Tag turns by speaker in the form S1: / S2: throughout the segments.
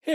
S1: Hey,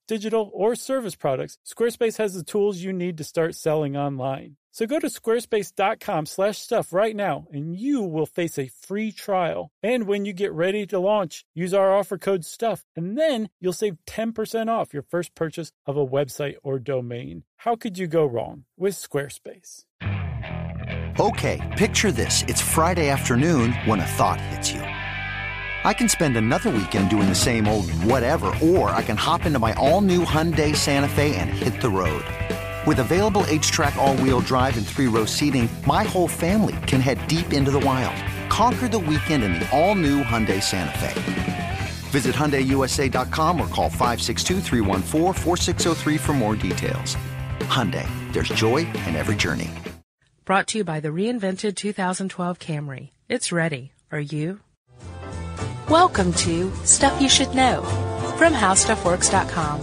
S1: digital, or service products. Squarespace has the tools you need to start selling online. So go to squarespace.com/stuff right now and you will face a free trial. And when you get ready to launch, use our offer code stuff and then you'll save 10% off your first purchase of a website or domain. How could you go wrong with Squarespace?
S2: Okay, picture this. It's Friday afternoon when a thought hits you. I can spend another weekend doing the same old whatever, or I can hop into my all-new Hyundai Santa Fe and hit the road. With available H-Track all-wheel drive and three-row seating, my whole family can head deep into the wild. Conquer the weekend in the all-new Hyundai Santa Fe. Visit HyundaiUSA.com or call 562-314-4603 for more details. Hyundai, there's joy in every journey.
S3: Brought to you by the reinvented 2012 Camry. It's ready. Are you? Welcome to Stuff You Should Know from HowStuffWorks.com.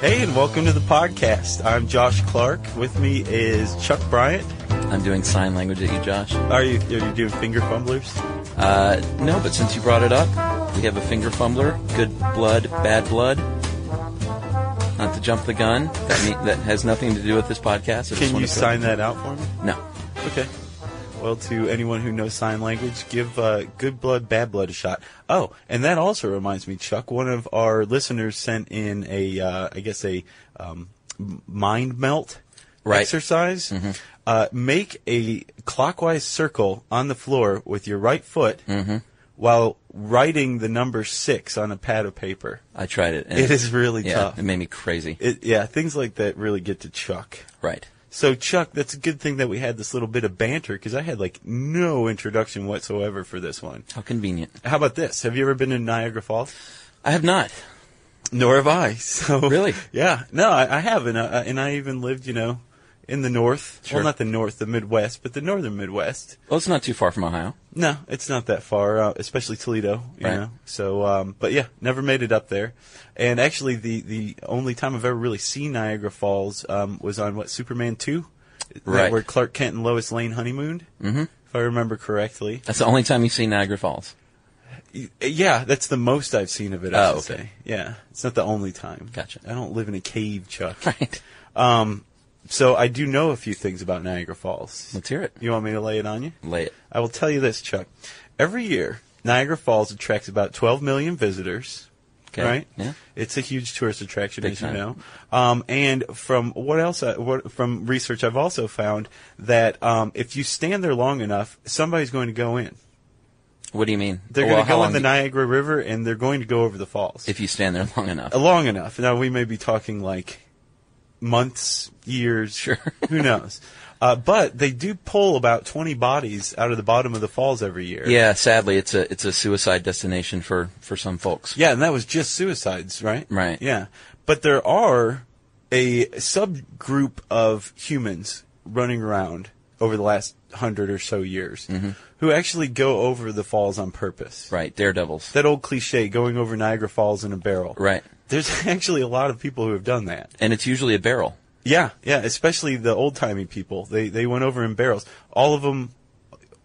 S4: Hey, and welcome to the podcast. I'm Josh Clark. With me is Chuck Bryant.
S5: I'm doing sign language at you, Josh.
S4: Are you, are you doing finger fumblers?
S5: Uh, no, but since you brought it up, we have a finger fumbler. Good blood, bad blood. Not to jump the gun. That me- that has nothing to do with this podcast. I just
S4: Can
S5: wanted
S4: you
S5: to-
S4: sign that out for me?
S5: No.
S4: Okay. Well, to anyone who knows sign language, give uh, good blood, bad blood a shot. Oh, and that also reminds me, Chuck. One of our listeners sent in a, uh, I guess a um, m- mind melt
S5: Right.
S4: exercise. Uh, make a clockwise circle on the floor with your right foot while writing the number six on a pad of paper.
S5: I tried it. and
S4: It is really
S5: yeah,
S4: tough.
S5: It made me crazy.
S4: It, yeah, things like that really get to Chuck.
S5: right.
S4: So Chuck, that's a good thing that we had this little bit of banter because I had like no introduction whatsoever for this one.
S5: How convenient.
S4: How about this? Have you ever been to Niagara Falls?
S5: I have not.
S4: Nor have I. So
S5: Really?
S4: yeah. No, I, I haven't, uh, and I even lived, you know, in the north.
S5: Sure.
S4: Well, not the north, the Midwest, but the northern Midwest.
S5: Well, it's not too far from Ohio.
S4: No, it's not that far, uh, especially Toledo. You
S5: Right.
S4: know? So, um, but yeah, never made it up there. And actually, the the only time I've ever really seen Niagara Falls um, was on what Superman two,
S5: Right.
S4: Where Clark Kent and Lois Lane honeymooned, mm-hmm. if I remember correctly.
S5: That's the only time you've seen Niagara Falls.
S4: Y- Yeah, that's the most I've seen of it. I
S5: Oh,
S4: should
S5: okay.
S4: say. Yeah, it's not the only time.
S5: Gotcha.
S4: I don't live in a cave, Chuck.
S5: Right.
S4: Um, so I do know a few things about Niagara Falls.
S5: Let's hear it.
S4: You want me to lay it on you?
S5: Lay it.
S4: I will tell you this, Chuck. Every year, Niagara Falls attracts about 12 million visitors.
S5: 'Kay.
S4: Right?
S5: Yeah.
S4: It's a huge tourist attraction,
S5: Big
S4: as you
S5: time.
S4: know. Um, and from what else? I, what, from research, I've also found that um, if you stand there long enough, somebody's going to go in.
S5: What do you mean? Oh,
S4: They're
S5: Well,
S4: going to
S5: how
S4: go in
S5: long
S4: the
S5: do-
S4: Niagara River, and they're going to go over the falls.
S5: If you stand there long enough.
S4: Uh, long enough. Now we may be talking like months, years.
S5: Sure.
S4: who knows? Uh, but they do pull about 20 bodies out of the bottom of the falls every year.
S5: Yeah, sadly, it's a it's a suicide destination for for some folks.
S4: Yeah, and that was just suicides, right?
S5: Right.
S4: Yeah. But there are a subgroup of humans running around over the last hundred or so years who actually go over the falls on purpose.
S5: Mm-hmm. Right. Daredevils.
S4: That old cliche, going over Niagara Falls in a barrel.
S5: Right.
S4: There's actually a lot of people who have done that.
S5: And it's usually a barrel.
S4: Yeah, yeah, especially the old timey people. They they went over in barrels. All of them,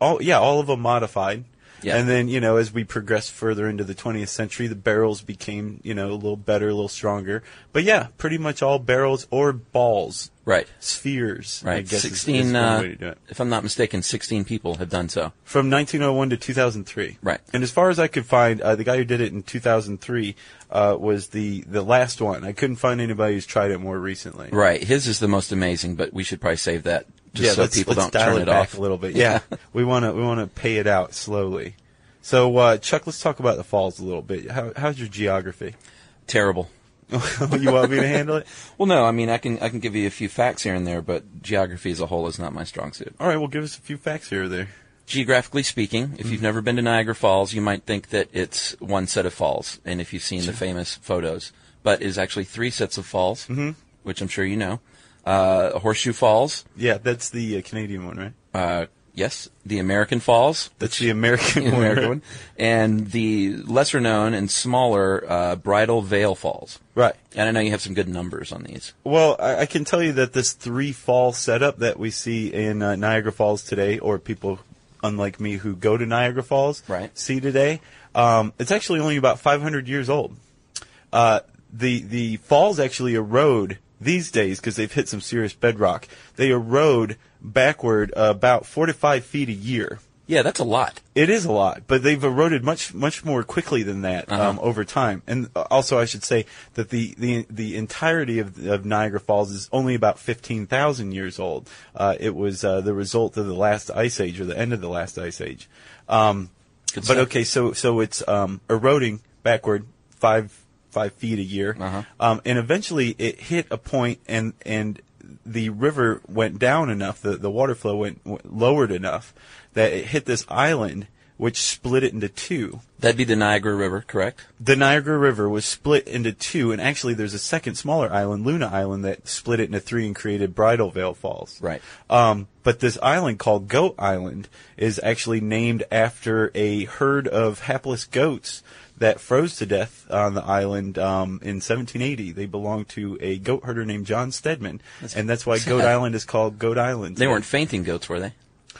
S4: all yeah, all of them modified.
S5: Yeah.
S4: And then you know, as we progressed further into the 20th century, the barrels became you know a little better, a little stronger. But yeah, pretty much all barrels or balls,
S5: Right.
S4: spheres. I
S5: Right.
S4: guess is- is
S5: 16,
S4: one
S5: uh,
S4: way to do it.
S5: if I'm not mistaken, 16 people have done so.
S4: From 1901 to 2003.
S5: Right.
S4: And as far as I could find, uh, the guy who did it in 2003 uh, was the the last one. I couldn't find anybody who's tried it more recently.
S5: Right. His is the most amazing, but we should probably save that just so
S4: let's,
S5: people
S4: let's
S5: don't
S4: dial
S5: turn
S4: it
S5: it,
S4: back
S5: off
S4: a little bit. Yeah, we want to we want to pay it out slowly. So uh, Chuck, let's talk about the falls a little bit. How, how's your geography?
S5: Terrible.
S4: you want me to handle it?
S5: Well, no, I mean, I can I can give you a few facts here and there, but geography as a whole is not my strong suit.
S4: All right, well, give us a few facts here or there.
S5: Geographically speaking, if
S4: Mm-hmm.
S5: you've never been to Niagara Falls, you might think that it's one set of falls, and if you've seen the famous photos, but it is actually three sets of falls,
S4: Mm-hmm.
S5: which I'm sure you know. Uh, Horseshoe Falls,
S4: Yeah, that's the uh, Canadian one, right?
S5: uh, Yes, the American Falls,
S4: That's the American,
S5: the American
S4: word.
S5: one, and the lesser known and smaller uh, Bridal Veil Falls.
S4: Right.
S5: And I know you have some good numbers on these.
S4: Well, I, I can tell you that this three fall setup that we see in uh, Niagara Falls today, or people unlike me who go to Niagara Falls
S5: Right.
S4: see today, um, it's actually only about 500 years old. Uh, the the falls actually erode these days because they've hit some serious bedrock. They erode backward about 45 feet a year.
S5: Yeah, that's a lot.
S4: It is a lot, but they've eroded much much more quickly than that um, over time. And uh, also, I should say that the the, the entirety of, of Niagara Falls is only about fifteen thousand years old. Uh, it was uh, the result of the last ice age or the end of the last ice age. Um,
S5: Good
S4: but
S5: stuff.
S4: okay, so so it's um, eroding backward five five feet a year,
S5: Uh-huh.
S4: um, and eventually it hit a point, and and the river went down enough, the the water flow went, went lowered enough that it hit this island, which split it into two.
S5: That'd be the Niagara River, correct?
S4: The Niagara River was split into two, and actually there's a second smaller island, Luna Island, that split it into three and created Bridal Veil Falls.
S5: Right.
S4: Um, but this island called Goat Island is actually named after a herd of hapless goats that froze to death on the island um, in 1780. They belonged to a goat herder named John Stedman, and that's why Goat
S5: sad.
S4: Island is called Goat Island.
S5: They weren't fainting goats, were they? Oh,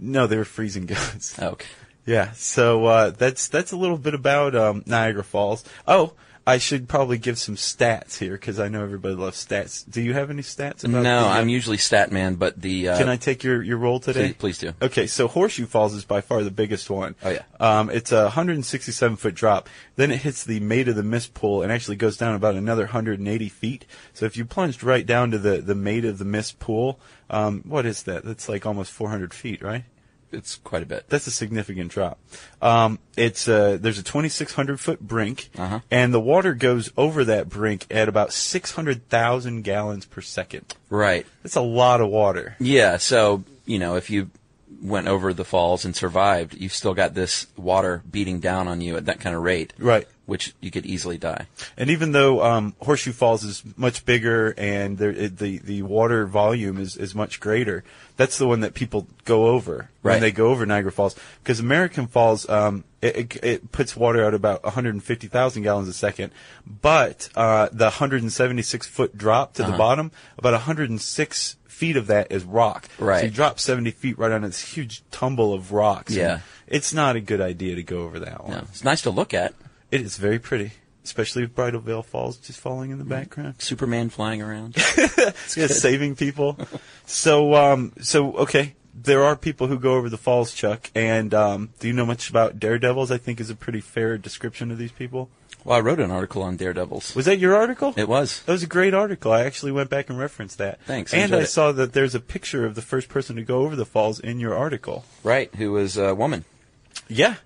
S4: No, they were freezing goats.
S5: Okay.
S4: Yeah, so uh, that's that's a little bit about um, Niagara Falls. Oh, I should probably give some stats here because I know everybody loves stats. Do you have any stats? About
S5: No,
S4: the, uh,
S5: I'm usually stat man, but the uh,
S4: Can I take your your role today?
S5: please, please do.
S4: Okay, so Horseshoe Falls is by far the biggest one.
S5: Oh, yeah.
S4: Um, it's a 167 foot drop. Then it hits the Maid of the Mist pool and actually goes down about another 180 feet. So if you plunged right down to the the Maid of the Mist pool, um, what is that? That's like almost 400 feet, right?
S5: It's quite a bit.
S4: That's a significant drop. Um, it's uh, there's a 2,600 foot brink,
S5: Uh-huh.
S4: and the water goes over that brink at about 600,000 gallons per second.
S5: Right.
S4: That's a lot of water.
S5: Yeah. So you know, if you went over the falls and survived, you've still got this water beating down on you at that kind of rate.
S4: Right.
S5: Which you could easily die.
S4: And even though um, Horseshoe Falls is much bigger and there, it, the the water volume is, is much greater, that's the one that people go over
S5: Right.
S4: when they go over Niagara Falls. Because American Falls, um, it, it, it puts water out about 150,000 gallons a second, but uh, the 176 foot drop to the
S5: Uh-huh.
S4: bottom, about 106 feet of that is rock. So you
S5: Right.
S4: drop 70 feet right on this huge tumble of rocks.
S5: Yeah.
S4: And It's not a good idea to go over that one.
S5: No, it's nice to look at.
S4: It is very pretty, especially with Bridal Veil Falls just falling in the background.
S5: Superman flying around.
S4: Yeah, saving people. so, um, so okay, there are people who go over the falls, Chuck. And um, do you know much about daredevils? I think is a pretty fair description of these people.
S5: well, I wrote an article on daredevils.
S4: Was that your article?
S5: It was.
S4: That was a great article. I actually went back and referenced that.
S5: Thanks,
S4: And
S5: enjoyed
S4: I
S5: it.
S4: saw that there's a picture of the first person to go over the falls in your article.
S5: Right. Who was a woman.
S4: Yeah.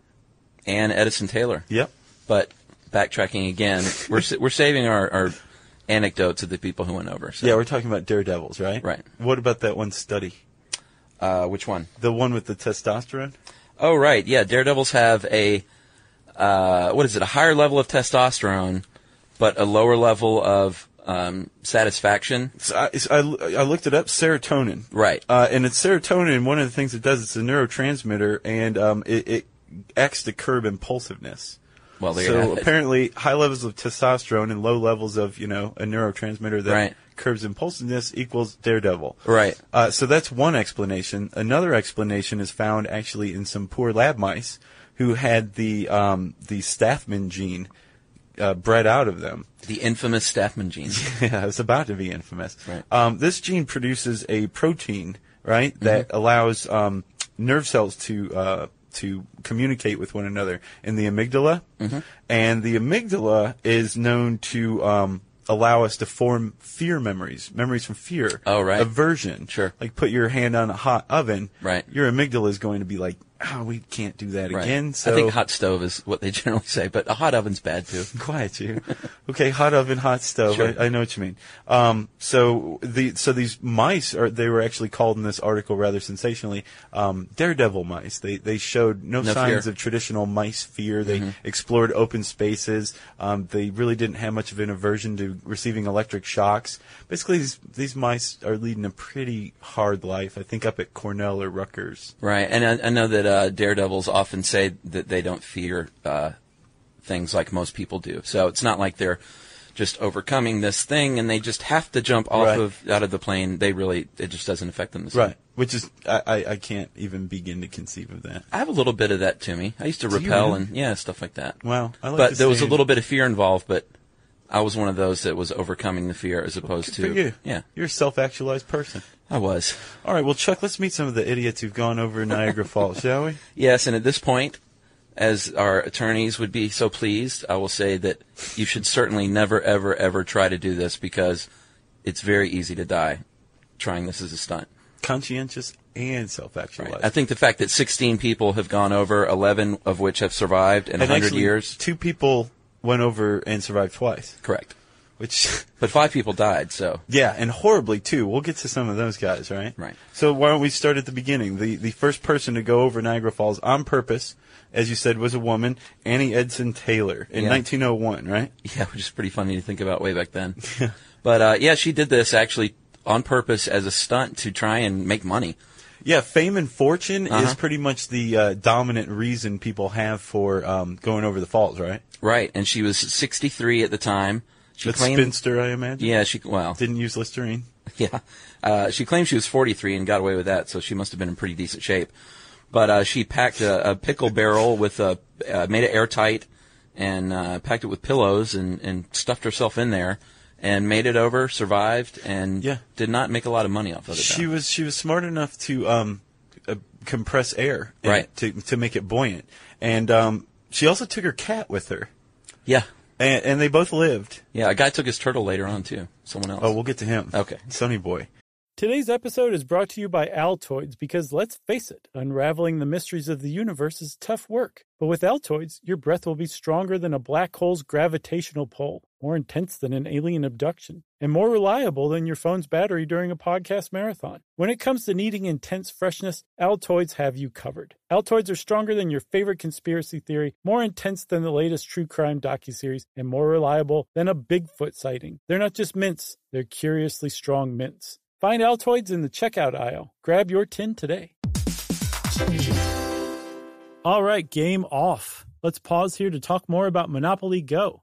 S5: Anne Edison Taylor.
S4: Yep.
S5: But backtracking again, we're sa- we're saving our, our anecdotes of the people who went over. So.
S4: Yeah, we're talking about daredevils, right?
S5: Right.
S4: What about that one study?
S5: Uh, which one?
S4: The one with the testosterone?
S5: Oh, right. Yeah, daredevils have a uh, what is it? A higher level of testosterone, but a lower level of um, satisfaction.
S4: So I, so I, I looked it up, serotonin.
S5: Right.
S4: Uh, and it's serotonin. One of the things it does, it's a neurotransmitter, and um, it, it acts to curb impulsiveness.
S5: Well, there you
S4: so
S5: have it.
S4: apparently, high levels of testosterone and low levels of you know a neurotransmitter that
S5: Right.
S4: curbs impulsiveness equals daredevil.
S5: Right.
S4: Uh, so that's one explanation. Another explanation is found actually in some poor lab mice who had the um, the Staffman gene uh, bred out of them.
S5: the infamous Staffman gene.
S4: Yeah, it's about to be infamous.
S5: Right.
S4: Um, this gene produces a protein, right, that
S5: Mm-hmm.
S4: allows um, nerve cells to uh, to communicate with one another in the amygdala,
S5: Mm-hmm.
S4: and the amygdala is known to um, allow us to form fear memories, memories from fear,
S5: Oh, right.
S4: aversion.
S5: Sure.
S4: Like put your hand on a hot oven,
S5: Right.
S4: Your amygdala is going to be like, oh, we can't do that
S5: Right.
S4: again. So
S5: I think hot stove is what they generally say, but a hot oven's bad too.
S4: quiet you. Okay, hot oven, hot stove.
S5: Sure.
S4: I, I know what you mean. Um, so the so these mice are they were actually called in this article rather sensationally um, daredevil mice. They they showed no,
S5: No
S4: signs
S5: fear. Mm-hmm.
S4: of traditional mice fear. They explored open spaces. Um, they really didn't have much of an aversion to receiving electric shocks. Basically, these these mice are leading a pretty hard life. I think up at Cornell or Rutgers.
S5: Right, and I, I know that uh, daredevils often say that they don't fear uh, things like most people do. So it's not like they're just overcoming this thing and they just have to jump off
S4: Right.
S5: of out of the plane. They really it just doesn't affect them the same.
S4: Right. Which is I, I, I can't even begin to conceive of that.
S5: I have a little bit of that to me. I used to
S4: Do you
S5: repel
S4: really?
S5: and yeah, stuff like that.
S4: Wow. I like
S5: but
S4: to
S5: there was a
S4: stand-
S5: little bit of fear involved, but I was one of those that was overcoming the fear as opposed
S4: Good
S5: to
S4: for you.
S5: yeah,
S4: You're a self-actualized person.
S5: I was.
S4: All right, well, Chuck, let's meet some of the idiots who've gone over Niagara Falls, shall we?
S5: Yes, and at this point, as our attorneys would be so pleased, I will say that you should certainly never, ever, ever try to do this because it's very easy to die trying this as a stunt.
S4: Conscientious and
S5: Right?
S4: self-actualized.
S5: I think the fact that 16 people have gone over, 11 of which have survived in
S4: and
S5: 100
S4: actually,
S5: years.
S4: two people went over and survived twice,
S5: Correct.
S4: which,
S5: But five people died, so.
S4: yeah, and horribly too. We'll get to some of those guys, right?
S5: Right.
S4: So why don't we start at the beginning? The the first person to go over Niagara Falls on purpose, as you said, was a woman, Annie Edson Taylor, in
S5: Yeah.
S4: 1901, right?
S5: Yeah, which is pretty funny to think about way back then. but uh, yeah, she did this actually on purpose as a stunt to try and make money.
S4: Yeah, fame and fortune is
S5: Uh-huh.
S4: pretty much the uh, dominant reason people have for um, going over the falls, right?
S5: Right, and she was 63 at the time. She
S4: That's
S5: claimed,
S4: spinster, I imagine.
S5: yeah, she well,
S4: Didn't use Listerine.
S5: Yeah. Uh, she claimed she was 43 and got away with that, so she must have been in pretty decent shape. But uh, she packed a, a pickle barrel with a, uh, made it airtight and uh, packed it with pillows and, and stuffed herself in there and made it over, survived, and
S4: Yeah.
S5: did not make a lot of money off of it.
S4: She
S5: though.
S4: was she was smart enough to um, uh, compress air and
S5: Right.
S4: to to make it buoyant, and um, she also took her cat with her,
S5: yeah.
S4: and, and they both lived.
S5: Yeah, a guy took his turtle later on, too. Someone else.
S4: Oh, we'll get to him.
S5: Okay.
S4: Sonny Boy.
S1: Today's episode is brought to you by Altoids because let's face it, unraveling the mysteries of the universe is tough work. But with Altoids, your breath will be stronger than a black hole's gravitational pull, more intense than an alien abduction, and more reliable than your phone's battery during a podcast marathon. When it comes to needing intense freshness, Altoids have you covered. Altoids are stronger than your favorite conspiracy theory, more intense than the latest true crime docuseries, and more reliable than a Bigfoot sighting. They're not just mints, they're curiously strong mints. Find Altoids in the checkout aisle. Grab your tin today. All right, game off. Let's pause here to talk more about Monopoly Go.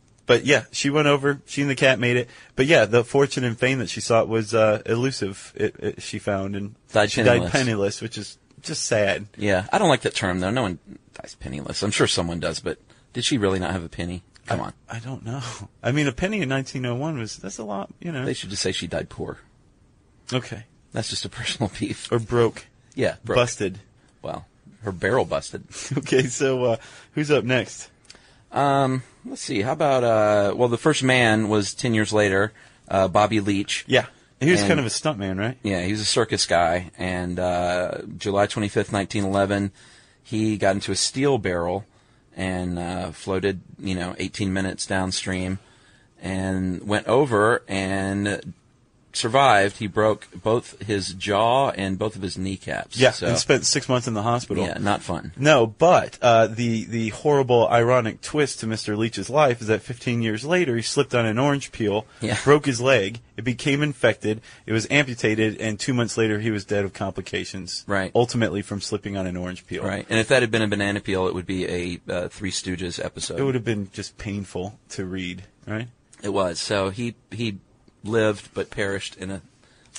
S4: but yeah, she went over. She and the cat made it. But yeah, the fortune and fame that she sought was uh, elusive. It, it, she found and
S5: Died
S4: she died
S5: penniless.
S4: penniless, which is just sad.
S5: yeah, I don't like that term, though. No one dies penniless. I'm sure someone does, but did she really not have a penny? Come on.
S4: I don't know. I mean, a penny in 1901 was that's a lot, you know.
S5: They should just say she died poor.
S4: Okay,
S5: That's just a personal beef.
S4: or broke,
S5: yeah, broke.
S4: busted.
S5: Well, her barrel busted.
S4: Okay, so uh, who's up next?
S5: Um, let's see. How about uh? Well, the first man was ten years later. Uh, Bobby Leach.
S4: Yeah. He was
S5: And-
S4: kind of a stuntman, right?
S5: Yeah, he was a circus guy, and uh, July twenty fifth, nineteen eleven, he got into a steel barrel and uh, floated, you know, eighteen minutes downstream, and went over and survived, he broke both his jaw and both of his kneecaps.
S4: Yeah,
S5: so,
S4: and spent six months in the hospital.
S5: yeah, not fun.
S4: No, but uh, the the horrible, ironic twist to Mr. Leach's life is that 15 years later, he slipped on an orange peel,
S5: Yeah.
S4: broke his leg, it became infected, it was amputated, and two months later, he was dead of complications.
S5: Right.
S4: Ultimately, from slipping on an orange peel.
S5: Right, and if that had been a banana peel, it would be a uh, Three Stooges episode.
S4: It would have been just painful to read. Right.
S5: It was. So he he lived but perished in a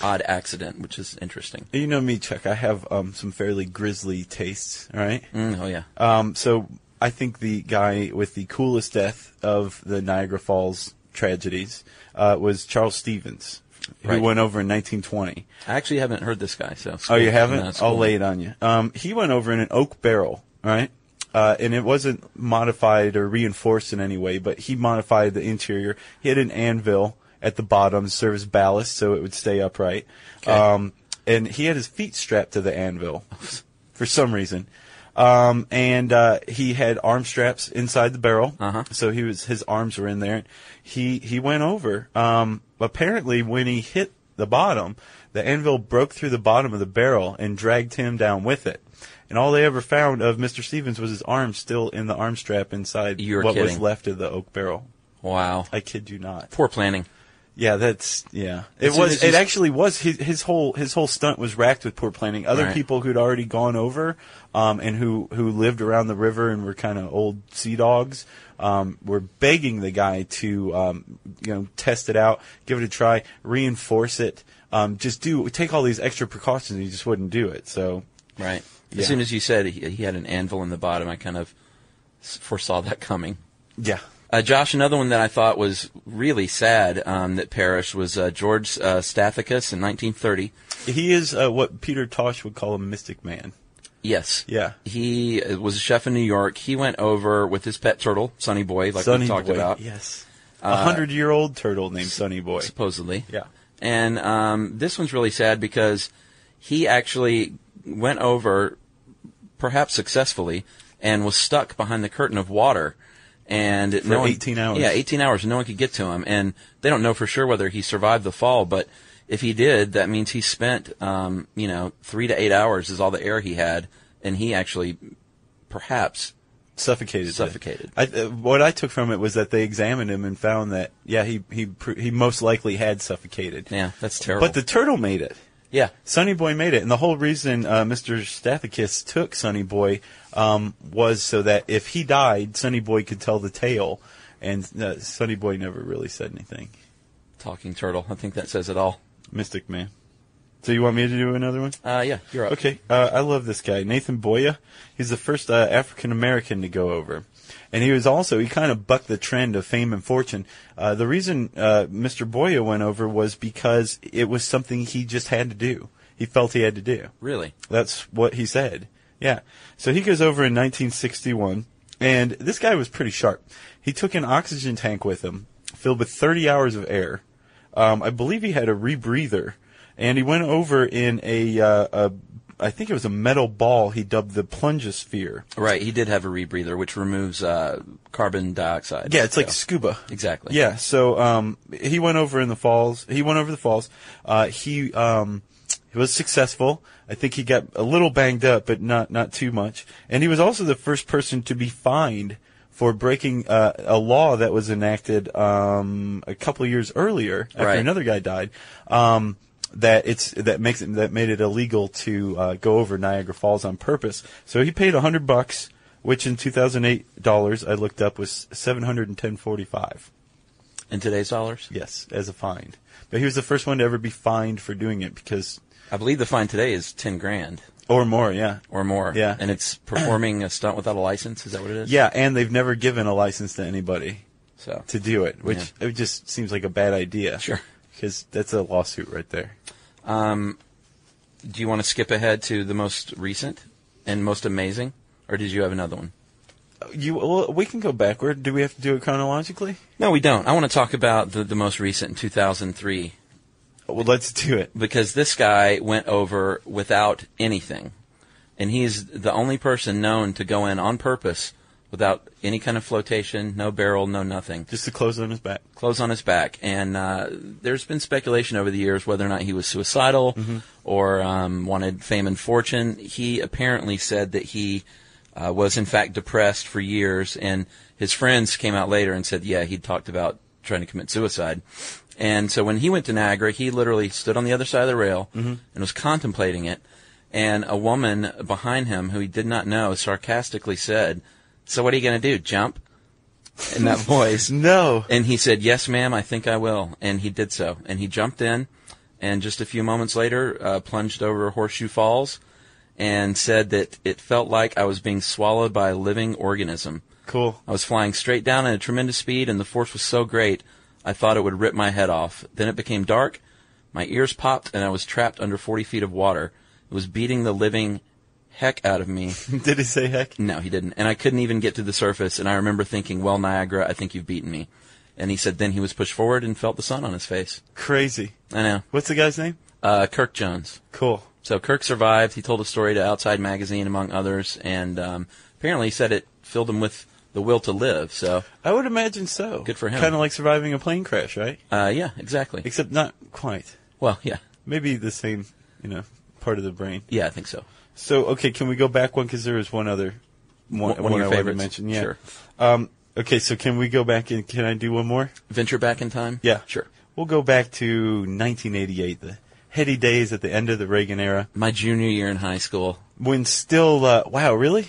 S5: odd accident, which is interesting.
S4: You know me, Chuck. I have um, some fairly grisly tastes. All right.
S5: Mm, oh yeah.
S4: Um, so I think the guy with the coolest death of the Niagara Falls tragedies uh, was Charles Stevens, who
S5: Right.
S4: went over in 1920.
S5: I actually haven't heard this guy. So
S4: Oh, you
S5: No,
S4: haven't?
S5: it's
S4: I'll
S5: cool.
S4: lay it on you. Um, he went over in an oak barrel, right? Uh, and it wasn't modified or reinforced in any way, but he modified the interior. He had an anvil at the bottom, serve as ballast so it would stay upright. Um, and he had his feet strapped to the anvil for some reason. Um, and uh, he had arm straps inside the barrel, uh-huh. so he was his arms were in there. He he went over. Um, apparently, when he hit the bottom, the anvil broke through the bottom of the barrel and dragged him down with it. And all they ever found of Mr. Stevens was his arm still in the arm strap inside
S5: You're
S4: what was
S5: kidding.
S4: left of the oak barrel.
S5: Wow.
S4: I kid you not.
S5: Poor planning.
S4: Yeah, that's yeah.
S5: As
S4: It
S5: soon
S4: was.
S5: as you
S4: It
S5: s-
S4: actually was his, his whole his whole stunt was racked with poor planning. Other
S5: Right.
S4: people who'd already gone over, um, and who who lived around the river and were kind of old sea dogs, um, were begging the guy to um, you know test it out, give it a try, reinforce it, um, just do take all these extra precautions. and He just wouldn't do it. So
S5: Right.
S4: Yeah.
S5: As soon as you said he, he had an anvil in the bottom, I kind of s- foresaw that coming.
S4: yeah,
S5: Uh, Josh, another one that I thought was really sad um, that perished was uh, George uh, Stathakis in 1930.
S4: he is uh, what Peter Tosh would call a mystic man.
S5: Yes.
S4: Yeah.
S5: He uh, was a chef in New York. He went over with his pet turtle, Sonny Boy, like
S4: Sonny
S5: we talked
S4: Boy.
S5: about,
S4: Yes, a hundred year old turtle named Sonny Boy.
S5: supposedly.
S4: Yeah.
S5: And um, this one's really sad because he actually went over, perhaps successfully, and was stuck behind the curtain of water. And no one,
S4: 18 hours.
S5: Yeah, 18 hours. No one could get to him. And they don't know for sure whether he survived the fall, but if he did, that means he spent, um, you know, three to eight hours is all the air he had. And he actually, perhaps,
S4: suffocated.
S5: Suffocated.
S4: I, uh, what I took from it was that they examined him and found that yeah he he pr- he most likely had suffocated.
S5: yeah, that's terrible.
S4: But the turtle made it.
S5: yeah.
S4: Sonny Boy made it, and the whole reason uh, Mr. Stathakis took Sonny Boy um, was so that if he died, Sonny Boy could tell the tale, and uh, Sonny Boy never really said anything.
S5: Talking turtle. I think that says it all.
S4: Mystic man. So you want me to do another one?
S5: Uh, yeah, you're up.
S4: Okay, uh, I love this guy, Nathan Boya. He's the first uh, African American to go over, and he was also he kind of bucked the trend of fame and fortune. Uh, the reason uh, Mr. Boya went over was because it was something he just had to do. He felt he had to do.
S5: Really?
S4: That's what he said. Yeah. So he goes over in 1961, and this guy was pretty sharp. He took an oxygen tank with him, filled with 30 hours of air. Um, I believe he had a rebreather, and he went over in a, uh, a I think it was a metal ball he dubbed the plungosphere.
S5: Right, he did have a rebreather, which removes uh, carbon dioxide.
S4: Yeah, it's like
S5: So-
S4: scuba.
S5: exactly.
S4: Yeah, so um, he went over in the falls. He went over the falls. Uh, he um, he was successful. I think he got a little banged up, but not not too much. And he was also the first person to be fined for breaking uh, a law that was enacted um, a couple of years earlier after
S5: Right.
S4: another guy died. Um, that it's that makes it, that made it illegal to uh, go over Niagara Falls on purpose. So he paid a hundred bucks, which in 2008 dollars I looked up was 710.45.
S5: in today's dollars,
S4: Yes, as a fine. But he was the first one to ever be fined for doing it because,
S5: I believe the fine today is ten grand
S4: or more, yeah.
S5: or more.
S4: Yeah.
S5: and it's performing a stunt without a license. Is that what it is?
S4: Yeah, and they've never given a license to anybody
S5: So
S4: to do it, which it just seems like a bad idea.
S5: Sure.
S4: Because that's a lawsuit right there.
S5: um, do you want to skip ahead to the most recent and most amazing, or did you have another one?
S4: You, well, we can go backward. Do we have to do it chronologically?
S5: No, we don't. I want to talk about the, the most recent in 2003
S4: Well, let's do it.
S5: because this guy went over without anything, and he's the only person known to go in on purpose without any kind of flotation, no barrel, no nothing.
S4: Just the clothes on his back.
S5: clothes on his back. And uh, there's been speculation over the years whether or not he was suicidal or um, wanted fame and fortune. He apparently said that he uh, was in fact depressed for years, and his friends came out later and said, yeah, he'd talked about trying to commit suicide. And so when he went to Niagara, he literally stood on the other side of the rail and was contemplating it. And a woman behind him who he did not know sarcastically said, So what are you going to do? Jump? In that voice.
S4: No.
S5: And he said, "Yes, ma'am, I think I will." And he did so. And he jumped in, and just a few moments later, uh, plunged over Horseshoe Falls, and said that it felt like I was being swallowed by a living organism.
S4: Cool.
S5: I was flying straight down at a tremendous speed, and the force was so great, I thought it would rip my head off. Then it became dark, my ears popped, and I was trapped under 40 feet of water. It was beating the living heck out of me.
S4: Did he say heck?
S5: No, he didn't. And I couldn't even get to the surface. And I remember thinking, well, Niagara, I think you've beaten me. And he said, then he was pushed forward and felt the sun on his face.
S4: Crazy.
S5: I know.
S4: What's the guy's name?
S5: Uh, Kirk Jones.
S4: Cool.
S5: So Kirk survived. He told a story to Outside Magazine, among others. And um, apparently he said it filled him with the will to live. So,
S4: I would imagine so.
S5: Good for him.
S4: Kind of like surviving a plane crash, right?
S5: uh, yeah, exactly.
S4: Except not quite.
S5: Well, yeah.
S4: Maybe the same, you know, part of the brain.
S5: Yeah, I think so.
S4: So, okay, can we go back one? Because there was one other one,
S5: One-
S4: I
S5: one of your
S4: wanted to
S5: favorites.
S4: mention. Yeah.
S5: Sure.
S4: Um, okay, so can we go back and can I do one more?
S5: Venture back in time?
S4: Yeah.
S5: Sure.
S4: We'll go back to 1988, the heady days at the end of the Reagan era,
S5: My junior year in high school.
S4: when still, uh, wow, really?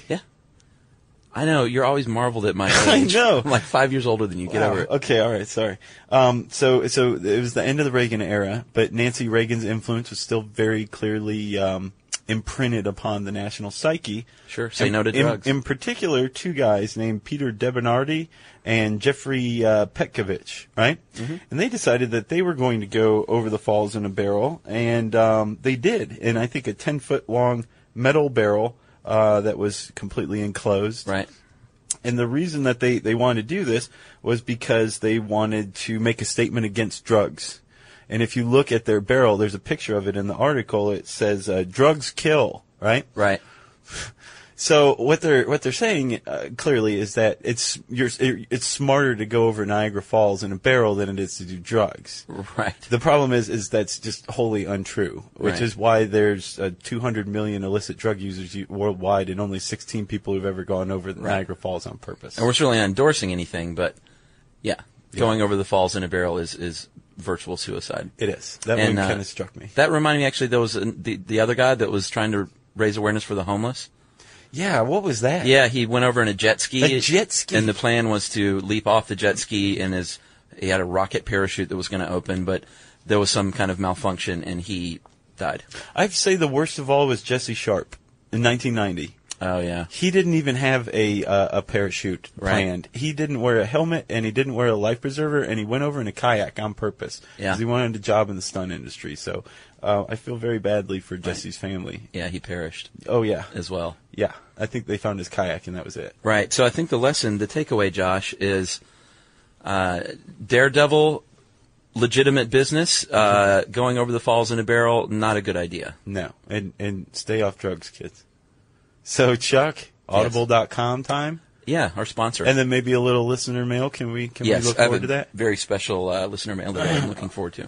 S5: I know, you're always marveled at my
S4: I
S5: age.
S4: know.
S5: I'm like five years older than you. Get
S4: Wow.
S5: over it.
S4: Oh, Okay, all right, sorry. Um, so, so it was the end of the Reagan era, but Nancy Reagan's influence was still very clearly um, imprinted upon the national psyche.
S5: Sure, say no to
S4: In-
S5: drugs.
S4: In, particular, two guys named Peter Debonardi and Jeffrey uh, Petkovich, right?
S5: Mm-hmm.
S4: And they decided that they were going to go over the falls in a barrel, and um, they did. And I think a ten foot long metal barrel uh, that was completely enclosed,
S5: Right.
S4: and the reason that they, they wanted to do this was because they wanted to make a statement against drugs. And if you look at their barrel, there's a picture of it in the article. It says, uh, drugs kill, right?
S5: Right.
S4: So what they're, what they're saying, uh, clearly is that it's, you're, it, it's smarter to go over Niagara Falls in a barrel than it is to do drugs.
S5: Right.
S4: The problem is, is that's just wholly untrue, which
S5: Right.
S4: is why there's uh, 200 million illicit drug users u- worldwide and only 16 people who've ever gone over Niagara Falls on purpose.
S5: And we're certainly not endorsing anything, but yeah, going over the falls in a barrel is, is virtual suicide.
S4: It is. That
S5: And,
S4: one
S5: uh,
S4: kind of struck me.
S5: That reminded me actually, there was an- the, the other guy that was trying to raise awareness for the homeless.
S4: Yeah, what was that?
S5: Yeah, he went over in a jet ski.
S4: A jet ski?
S5: And the plan was to leap off the jet ski and his, he had a rocket parachute that was going to open, but there was some kind of malfunction and he died.
S4: I'd say the worst of all was Jesse Sharp in 1990.
S5: Oh yeah.
S4: He didn't even have a uh, a parachute
S5: Right.
S4: planned. He didn't wear a helmet and he didn't wear a life preserver and he went over in a kayak on purpose
S5: Yeah.
S4: he wanted a job in the stunt industry. So uh, I feel very badly for Jesse's family.
S5: Yeah, he perished
S4: Oh yeah,
S5: as well.
S4: yeah. I think they found his kayak and that was it.
S5: Right. So I think the lesson, the takeaway, Josh, is uh, daredevil, legitimate business, uh, going over the falls in a barrel, not a good idea.
S4: No, and and stay off drugs, kids. So Chuck, Audible.com time,
S5: Yeah, our sponsor.
S4: and then maybe a little listener mail. Can we can
S5: yes,
S4: we look
S5: I have
S4: forward to
S5: a
S4: that?
S5: very special uh, listener mail that I'm looking forward to.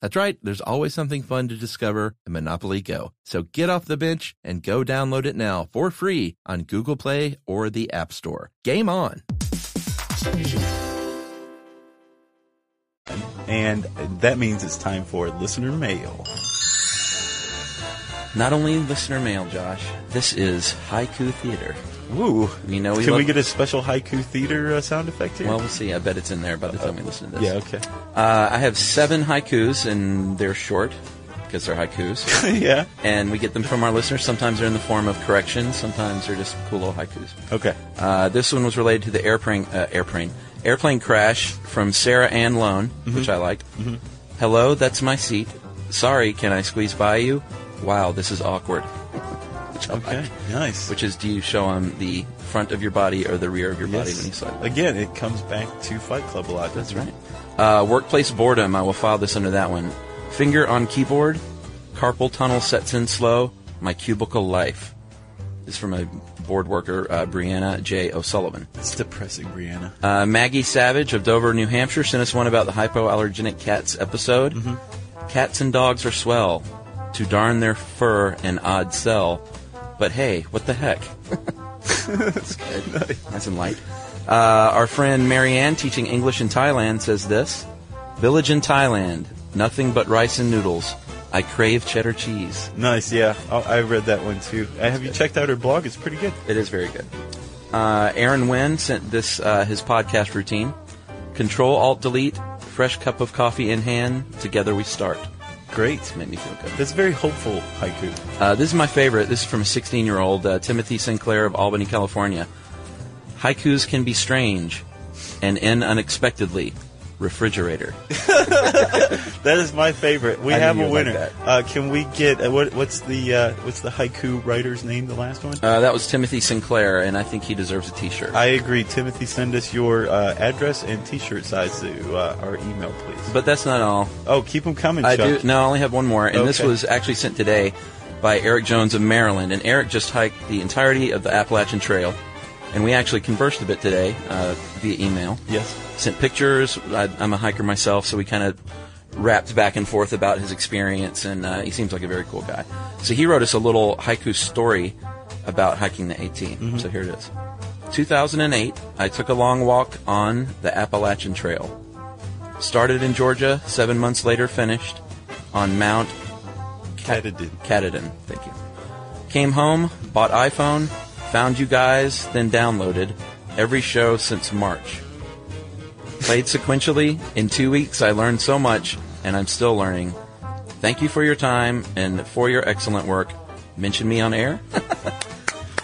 S6: That's right, there's always something fun to discover in Monopoly Go. So get off the bench and go download it now for free on Google Play or the App Store. Game on!
S4: And that means it's time for listener mail.
S5: Not only listener mail, Josh, this is Haiku Theater.
S4: Woo.
S5: We know we
S4: Can we
S5: love-
S4: get a special haiku theater uh, sound effect here?
S5: Well, we'll see. I bet it's in there by the time we listen to this.
S4: yeah, okay.
S5: Uh, I have seven haikus, and they're short because they're haikus.
S4: yeah.
S5: and we get them from our listeners. Sometimes they're in the form of corrections. Sometimes they're just cool little haikus.
S4: Okay.
S5: Uh, this one was related to the airplane uh, airplane airplane crash from Sarah Ann Lone, which I liked. Hello, that's my seat. Sorry, can I squeeze by you? Wow, this is awkward. Which I
S4: Okay.
S5: like.
S4: Nice.
S5: Which is, do you show them the front of your body or the rear of your body when you slide?
S4: Again, it comes back to Fight Club a lot.
S5: That's right. Uh, workplace boredom. I will file this under that one. Finger on keyboard. Carpal tunnel sets in slow. My cubicle life. This is from a board worker, uh, Brianna J. O'Sullivan.
S4: It's depressing, Brianna.
S5: Uh, Maggie Savage of Dover, New Hampshire sent us one about the hypoallergenic cats episode. Cats and dogs are swell. To darn their fur an odd sell. But hey, what the heck? That's in light. Uh, our friend Marianne, teaching English in Thailand, says this Village in Thailand, nothing but rice and noodles. I crave cheddar cheese.
S4: Nice, yeah. Oh, I read that one too. Uh, have you checked out her blog? It's pretty good.
S5: It is very good. Uh, Aaron Wynn sent this uh, his podcast routine. Control Alt Delete, fresh cup of coffee in hand. Together we start.
S4: Great.
S5: Made me feel good.
S4: That's very hopeful haiku.
S5: Uh, this is my favorite. This is from a 16 year old uh, Timothy Sinclair of Albany, California. Haikus can be strange and end unexpectedly. Refrigerator.
S4: That is my favorite. We
S5: I knew
S4: have
S5: you
S4: a
S5: would like
S4: winner.
S5: that.
S4: uh, can we get uh, what, what's the uh, what's the haiku writer's name? The last one.
S5: Uh, that was Timothy Sinclair, and I think he deserves a t shirt.
S4: I agree, Timothy. Send us your uh, address and T-shirt size to uh, our email, please.
S5: But that's not all.
S4: oh, keep them coming,
S5: I
S4: Chuck.
S5: do. No, I only have one more, and this
S4: Okay.
S5: was actually sent today by Eric Jones of Maryland. And Eric just hiked the entirety of the Appalachian Trail, and we actually conversed a bit today uh, via email.
S4: Yes.
S5: Sent pictures. I, I'm a hiker myself, so we kind of rapped back and forth about his experience, and uh, he seems like a very cool guy. So he wrote us a little haiku story about hiking the AT. So here it is. 2008, I took a long walk on the Appalachian Trail. Started in Georgia, seven months later finished on Mount Cat-
S4: Katadin.
S5: Katadin, thank you. Came home, bought iPhone, found you guys, then downloaded every show since March. Played sequentially. In two weeks, I learned so much, and I'm still learning. Thank you for your time and for your excellent work. Mention me on air.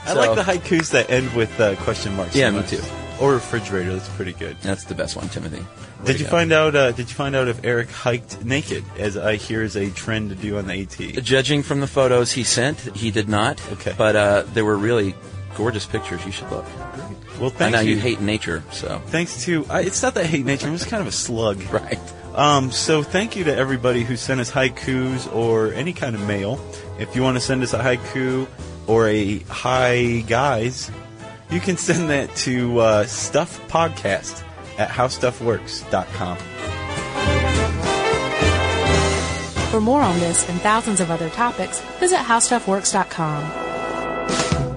S4: I like the haikus that end with uh, question marks.
S5: Yeah, me
S4: sometimes.
S5: too.
S4: Or refrigerator. That's pretty good.
S5: That's the best one, Timothy. Way
S4: Did
S5: to
S4: you
S5: go.
S4: find out? Uh, did you find out if Eric hiked naked, as I hear is a trend to do on the AT?
S5: Judging from the photos he sent, he did not.
S4: Okay.
S5: But uh, there were really gorgeous pictures. You should look.
S4: Well,
S5: I
S4: thanks.
S5: know you hate nature, so.
S4: Thanks to I, it's not that I hate nature. I'm just kind of a slug.
S5: Right.
S4: Um, so thank you to everybody who sent us haikus or any kind of mail. If you want to send us a haiku or a hi guys, you can send that to uh, stuff podcast at howstuffworks.com.
S3: For more on this and thousands of other topics, visit howstuffworks.com.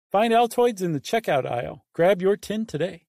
S1: Find Altoids in the checkout aisle. Grab your tin today.